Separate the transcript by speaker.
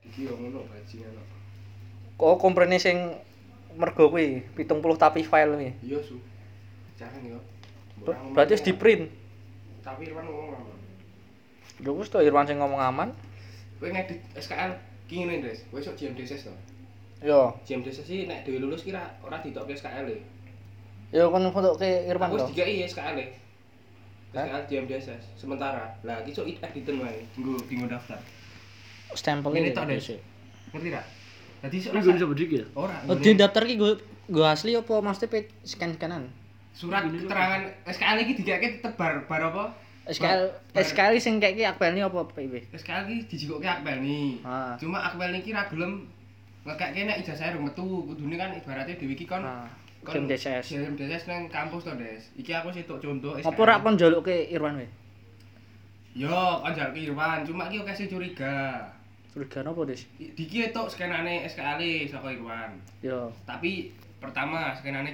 Speaker 1: iki yo ngono bajingan kok.
Speaker 2: kok Oh, komprene sing mergo kuwi 70 tapi file kuwi
Speaker 1: Iya su. Jarang yo. ya.
Speaker 2: Ber- berarti harus di print
Speaker 1: Tapi Irwan ngomong apa?
Speaker 2: Yo wis to Irwan sing ngomong aman.
Speaker 1: Kowe ngedit SKL ki ngene, Dres. Kowe sok JMDSS to.
Speaker 2: Yo,
Speaker 1: JMDSS sih nek dhewe lulus kira ora ditokke SKL e.
Speaker 2: yo kon fotoke Irwan
Speaker 1: Aku
Speaker 2: to.
Speaker 1: wis dikai SKL e.
Speaker 2: Hah?
Speaker 1: SKL JMDSS sementara. Lah iki sok editen wae. Nggo dinggo daftar.
Speaker 2: Stempel
Speaker 1: Ini
Speaker 2: ini
Speaker 1: tok,
Speaker 2: tok
Speaker 1: Des. Ngerti ra? Dadi sok
Speaker 3: Ini gue bisa bedik ya?
Speaker 1: ora
Speaker 2: Oh, di daftar ki gue gue asli apa maksudnya pe scan kanan?
Speaker 1: surat keterangan SKL iki dikake tebar bar apa?
Speaker 2: SKL
Speaker 1: Bar-
Speaker 2: SKL sing kayak ki akbel ini apa PB?
Speaker 1: SKL iki dijikoke Akmel nih.
Speaker 2: Ah.
Speaker 1: Cuma Akmel iki ra gelem ngekeke nek ijazah rung metu. Kudune kan ibaratnya dhewe iki kon
Speaker 2: Nah, Jam DCS.
Speaker 1: Jam DCS nang kampus to, Des. Iki aku sih contoh SKL.
Speaker 2: Apa ora kon njaluk ke Irwan we?
Speaker 1: Yo, kon jar ke Irwan, cuma iki kasih curiga.
Speaker 2: Curiga apa Des?
Speaker 1: I- Diki tok skenane SKL E saka Irwan.
Speaker 2: Yo.
Speaker 1: Tapi pertama skenane